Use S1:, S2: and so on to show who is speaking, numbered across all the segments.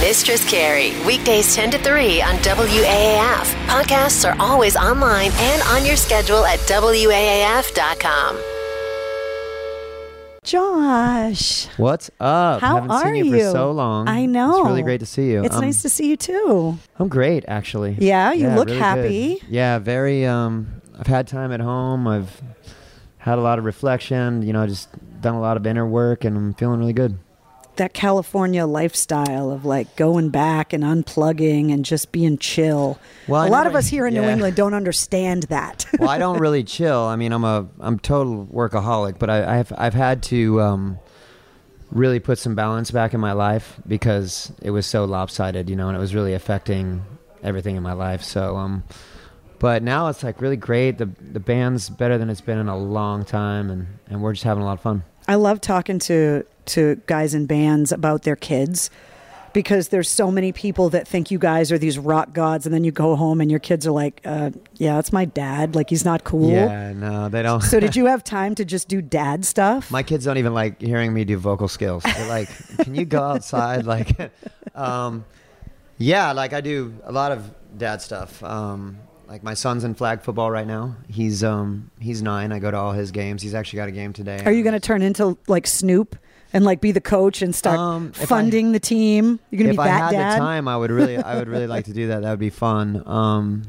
S1: Mistress Carrie, weekdays 10 to 3 on WAAF. Podcasts are always online and on your schedule at WAAF.com.
S2: Josh,
S3: What's up?
S2: how
S3: Haven't
S2: are
S3: seen you, for so long.
S2: I know.
S3: It's really great to see you.
S2: It's
S3: I'm,
S2: nice to see you too.
S3: I'm great, actually.
S2: Yeah, you look
S3: really good.
S2: happy.
S3: Yeah, very. Um, I've had time at home. I've had a lot of reflection. You know, just done a lot of inner work, and I'm feeling really good.
S2: That California lifestyle of like going back and unplugging and just being chill.
S3: Well,
S2: a
S3: I
S2: lot
S3: never-
S2: of us here in New
S3: yeah.
S2: England don't understand that.
S3: well, I don't really chill. I mean, I'm a I'm total workaholic, but I, I've I've had to um, really put some balance back in my life because it was so lopsided, you know, and it was really affecting everything in my life. So, um, but now it's like really great. The the band's better than it's been in a long time, and and we're just having a lot of fun.
S2: I love talking to to guys in bands about their kids because there's so many people that think you guys are these rock gods, and then you go home and your kids are like, uh, "Yeah, that's my dad. Like he's not cool."
S3: Yeah, no, they don't.
S2: So did you have time to just do dad stuff?
S3: My kids don't even like hearing me do vocal skills. They're like, "Can you go outside?" Like, um, yeah, like I do a lot of dad stuff. Um, like my son's in flag football right now. He's um, he's nine. I go to all his games. He's actually got a game today.
S2: Are you going to turn into like Snoop and like be the coach and start
S3: Um, if I-
S2: funding the team? You're going to
S3: If
S2: be
S3: I
S2: that
S3: had
S2: dad.
S3: the time, I would really, I would really like to do that. That would be fun. Um,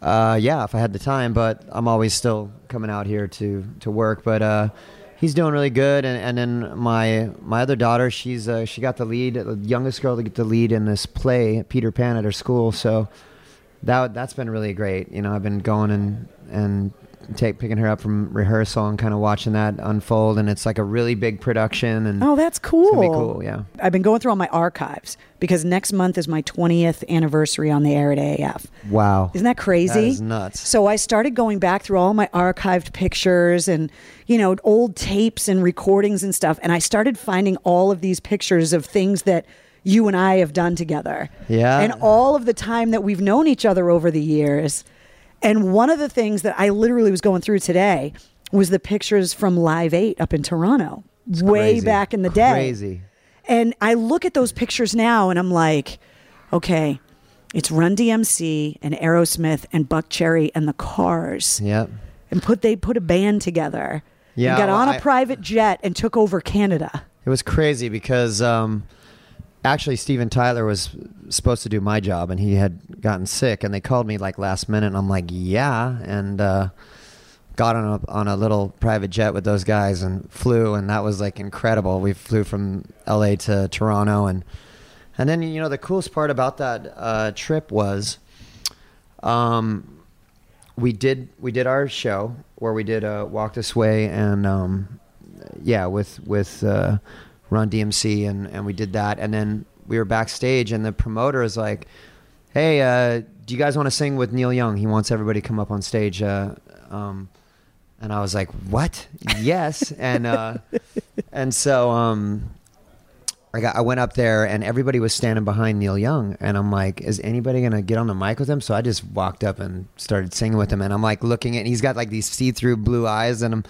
S3: uh, yeah, if I had the time, but I'm always still coming out here to to work. But uh, he's doing really good. And, and then my my other daughter, she's uh, she got the lead, the youngest girl to get the lead in this play, Peter Pan, at her school. So that that's been really great. You know, I've been going and and take picking her up from rehearsal and kind of watching that unfold. And it's like a really big production. And
S2: Oh, that's cool.
S3: it's gonna be cool. Yeah.
S2: I've been going through all my archives because next month is my 20th anniversary on the air at AAF.
S3: Wow.
S2: Isn't that crazy?
S3: That is nuts.
S2: So I started going back through all my archived pictures and, you know, old tapes and recordings and stuff. And I started finding all of these pictures of things that you and I have done together.
S3: Yeah.
S2: And all of the time that we've known each other over the years. And one of the things that I literally was going through today was the pictures from Live 8 up in Toronto, way
S3: Crazy.
S2: back in the day.
S3: Crazy.
S2: And I look at those pictures now and I'm like, okay, it's Run DMC and Aerosmith and Buck Cherry and the Cars.
S3: Yep.
S2: And put they put a band together. and
S3: Yeah,
S2: got
S3: well,
S2: on a
S3: I-
S2: private jet and took over Canada.
S3: It was crazy because um, actually Steven Tyler was supposed to do my job and he had gotten sick and they called me like last minute and I'm like, yeah. And uh, got on a, on a little private jet with those guys and flew and that was like incredible. We flew from LA to Toronto and and then you know the coolest part about that uh, trip was um, we did we did our show where we did uh, walk this way and um, yeah with with uh, Run DMC and and we did that and then we were backstage and the promoter is like, hey, uh, do you guys want to sing with Neil Young? He wants everybody to come up on stage. Uh, um, and I was like, what? Yes. and uh, and so um, I got I went up there and everybody was standing behind Neil Young and I'm like, is anybody gonna get on the mic with him? So I just walked up and started singing with him and I'm like looking at he's got like these see through blue eyes and I'm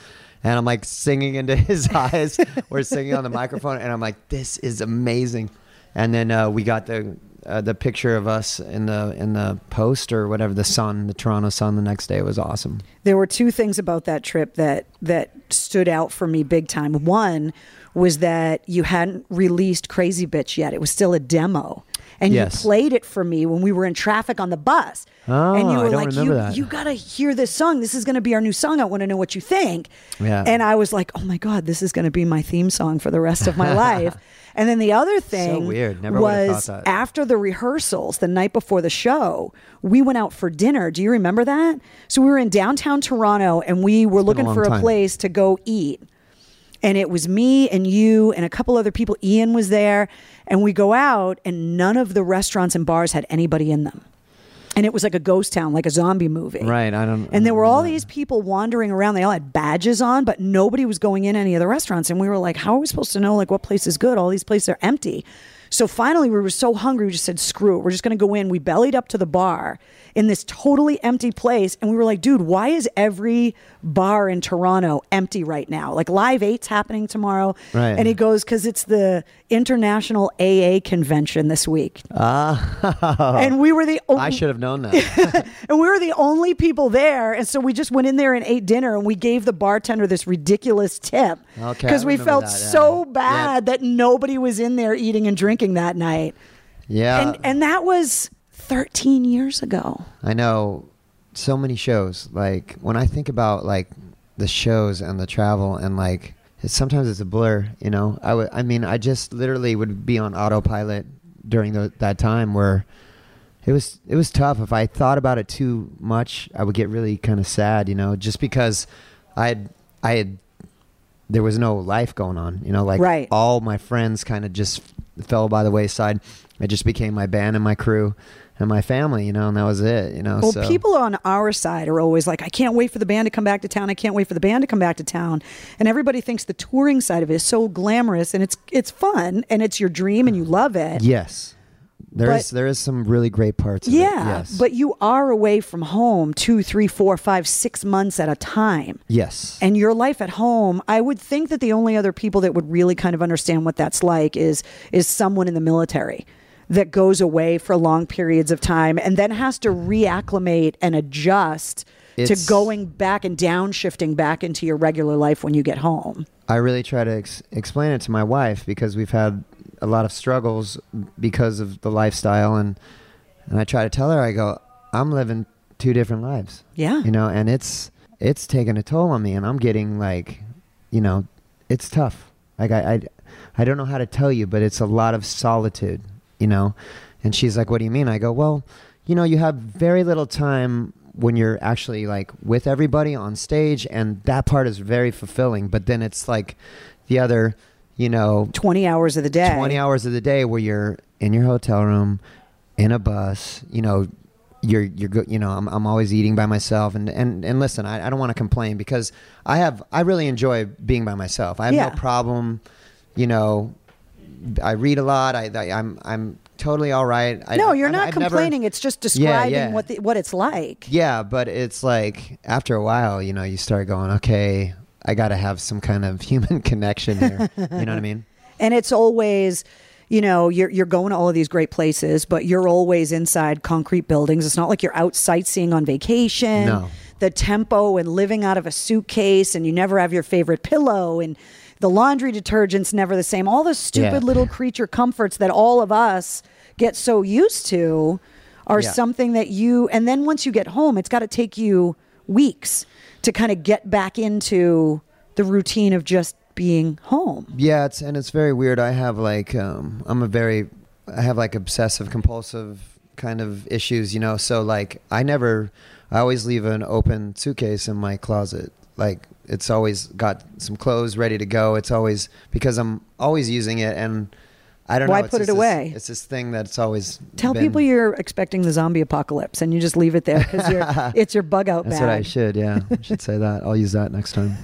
S3: and I'm like singing into his eyes. We're singing on the microphone and I'm like, this is amazing. And then uh, we got the uh, the picture of us in the in the post or whatever the Sun, the Toronto Sun, the next day It was awesome.
S2: there were two things about that trip that that stood out for me big time. One was that you hadn't released Crazy Bitch yet; it was still a demo, and
S3: Yes.
S2: you played it for me when we were in traffic on the bus.
S3: Ah,
S2: and you
S3: I
S2: were
S3: don't
S2: like,
S3: remember
S2: "You
S3: that."
S2: you gotta hear this song. This is gonna be our new song. I want to know what you think."
S3: Yeah.
S2: And I was like, "Oh my god, this is gonna be my theme song for the rest of my life." And then the other thing
S3: weird. Never would've
S2: was
S3: thought that.
S2: after the rehearsals the night before the show, we went out for dinner. Do you remember that? So we were in downtown Toronto and we were
S3: been a
S2: looking
S3: long
S2: for a
S3: time.
S2: place to go eat. And it was me and you and a couple other people. Ian was there. And we go out and none of the restaurants and bars had anybody in them. And it was like a ghost town, like a zombie movie.
S3: Right. I don't
S2: And there were all these people wandering around. They all had badges on, but nobody was going in any of the restaurants. And we were like, how are we supposed to know like what place is good? All these places are empty. So finally, we were so hungry, we just said, screw it. We're just going to go in. We bellied up to the bar in this totally empty place. And we were like, dude, why is every bar in Toronto empty right now? Like Live Eight's happening tomorrow.
S3: Right.
S2: And he goes, because it's the International AA Convention this week. and we were the only,
S3: Ah. I should have known that.
S2: and we were the only people there. And so we just went in there and ate dinner and we gave the bartender this ridiculous tip.
S3: Okay,
S2: Because
S3: I
S2: we
S3: remember
S2: felt
S3: that, yeah.
S2: so
S3: Yeah.
S2: bad that nobody was in there eating and drinking that night.
S3: Yeah,
S2: and and that was 13 years ago.
S3: I know so many shows. Like when I think about like the shows and the travel and like it's, sometimes it's a blur. You know, I would. I mean, I just literally would be on autopilot during tho- that time where it was it was tough. If I thought about it too much, I would get really kind of sad. You know, just because I had I had there was no life going on. You know, like
S2: Right.
S3: all my friends kind of just fell by the wayside. It just became my band and my crew and my family. You know, and that was it. You know,
S2: Well,
S3: Oh, so
S2: people on our side are always like, I can't wait for the band to come back to town. I can't wait for the band to come back to town. And everybody thinks the touring side of it is so glamorous and it's it's fun and it's your dream and you love it.
S3: yes, there is
S2: But-
S3: there is some really great parts. Of it,
S2: Yeah,
S3: yes.
S2: but you are away from home two, three, four, five, six months at a time.
S3: yes,
S2: And your life at home, I would think that the only other people that would really kind of understand what that's like is is someone in the military that goes away for long periods of time and then has to reacclimate and adjust
S3: It's-
S2: to going back and downshifting back into your regular life when you get home.
S3: I really try to ex- explain it to my wife because we've had a lot of struggles because of the lifestyle and and I try to tell her I go I'm living two different lives.
S2: Yeah.
S3: You know, and it's it's taking a toll on me and I'm getting like, you know, it's tough. Like I I, I don't know how to tell you, but it's a lot of solitude, you know. And she's like, "What do you mean?" I go, "Well, you know, you have very little time when you're actually like with everybody on stage and that part is very fulfilling, but then it's like the other, you know,
S2: 20 hours of the day.
S3: 20 hours of the day where you're in your hotel room in a bus you know you're you're go- you know I'm, I'm always eating by myself and and and listen I, I don't want to complain because I have I really enjoy being by myself I have
S2: Yeah.
S3: no problem you know I read a lot I, I I'm I'm totally all right I,
S2: No, you're
S3: I-
S2: not
S3: I've never-
S2: complaining. it's just describing
S3: yeah.
S2: what the, what it's like.
S3: yeah, but it's like after a while, you know, you start going, okay, I got to have some kind of human connection here. you know what I mean?
S2: and it's always you know you're you're going to all of these great places but you're always inside concrete buildings it's not like you're out sightseeing on vacation
S3: No.
S2: the tempo and living out of a suitcase and you never have your favorite pillow and the laundry detergent's never the same all the stupid
S3: Yeah.
S2: little creature comforts that all of us get so used to are
S3: Yeah.
S2: something that you and then once you get home it's got to take you weeks to kind of get back into the routine of just being home
S3: Yeah, it's and it's very weird. I have like um I'm a very I have like obsessive compulsive kind of issues, you know. So like I never I always leave an open suitcase in my closet. Like it's always got some clothes ready to go. It's always because I'm always using it and I don't
S2: Why
S3: know. it's
S2: put it
S3: just this-
S2: away?
S3: it's this thing that's always
S2: Tell
S3: been-
S2: people you're expecting the zombie apocalypse, and you just leave it there because it's your bug out
S3: That's
S2: bag.
S3: what I should, yeah. I should say that. I'll use that next time.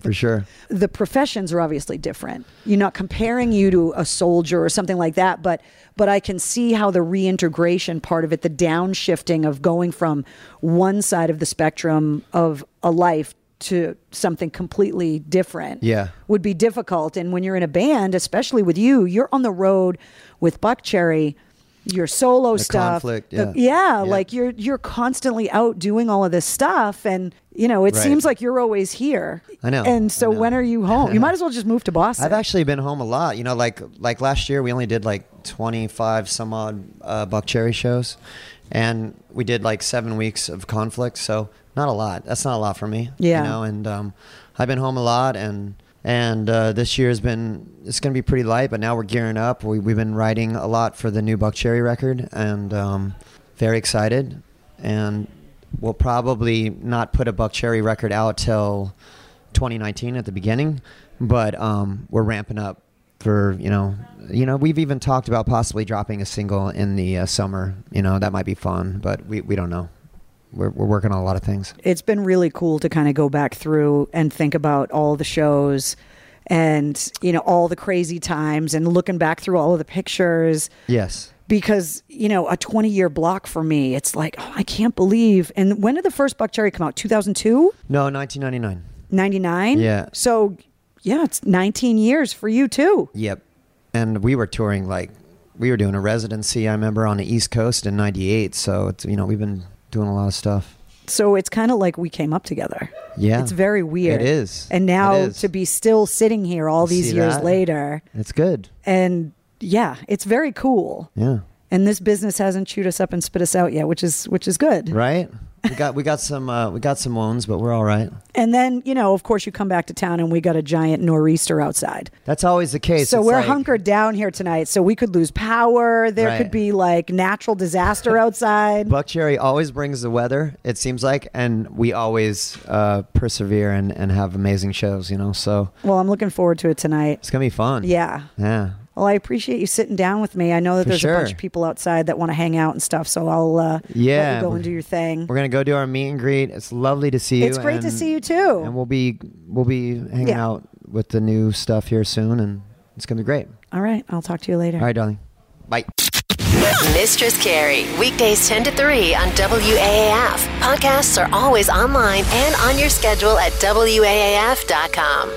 S3: For sure.
S2: The professions are obviously different. You're not comparing you to a soldier or something like that, but but I can see how the reintegration part of it, the downshifting of going from one side of the spectrum of a life to something completely different
S3: Yeah.
S2: would be difficult. And when you're in a band, especially with you, you're on the road with Buckcherry, your solo stuff.
S3: conflict,
S2: the-
S3: yeah.
S2: yeah,
S3: Yeah.
S2: like you're you're constantly out doing all of this stuff, and you know it
S3: Right.
S2: seems like you're always here.
S3: I know,
S2: And so
S3: I know.
S2: when are you home? You might as well just move to Boston.
S3: I've actually been home a lot. You know, like like last year we only did like twenty five some odd uh, Buck Cherry shows, and we did like seven weeks of conflict. So not a lot. That's not a lot for me.
S2: Yeah.
S3: You know, and um, I've been home a lot, and and uh, this year has been it's going to be pretty light. But now we're gearing up. We we've been writing a lot for the new Buck Cherry record, and um, very excited, and we'll probably not put a Buck Cherry record out till. 2019 at the beginning, but um, we're ramping up for you know, you know, we've even talked about possibly dropping a single in the uh, summer. You know, that might be fun, but we, we don't know. We're we're working on a lot of things.
S2: it's been really cool to kind of go back through and think about all the shows and you know all the crazy times and looking back through all of the pictures
S3: Yes.
S2: because you know a 20 year block for me it's like oh, i can't believe and when did the first buck cherry come out 2002
S3: No, 1999.
S2: 99
S3: Yeah.
S2: so yeah it's 19 years for you too
S3: Yep. and we were touring like we were doing a residency. I remember on the East Coast in '98. So it's you know we've been doing a lot of stuff.
S2: So it's kind of like we came up together.
S3: Yeah,
S2: It's very weird.
S3: It is.
S2: And
S3: It
S2: now
S3: is.
S2: to be still sitting here all these
S3: See
S2: years
S3: that?
S2: later,
S3: It's good.
S2: and yeah, it's very cool.
S3: Yeah.
S2: And this business hasn't chewed us up and spit us out yet, which is which is good.
S3: Right. We got we got some uh, we got some wounds, but we're all right.
S2: And then you know, of course, you come back to town, and we got a giant nor'easter outside.
S3: That's always the case.
S2: So
S3: It's
S2: we're
S3: like-
S2: hunkered down here tonight. So we could lose power. There
S3: Right.
S2: could be like natural disaster outside.
S3: Buck Cherry always brings the weather. It seems like, and we always uh, persevere and, and have amazing shows. You know, so
S2: well, I'm looking forward to it tonight.
S3: it's gonna be fun.
S2: Yeah.
S3: Yeah.
S2: Well, I appreciate you sitting down with me. I know that
S3: For
S2: there's a bunch
S3: sure.
S2: of people outside that want to hang out and stuff. So I'll uh, let
S3: Yeah,
S2: you go
S3: we-
S2: and do your thing.
S3: We're gonna go do our meet and greet. It's lovely to see you.
S2: It's great to
S3: and-
S2: see you too.
S3: And we'll be we'll be hanging
S2: Yeah.
S3: out with the new stuff here soon, and it's gonna be great.
S2: All right. I'll talk to you later.
S3: All right, darling. Bye.
S1: Mistress Carrie, weekdays 10 to 3 on WAAF. Podcasts are always online and on your schedule at WAAF.com.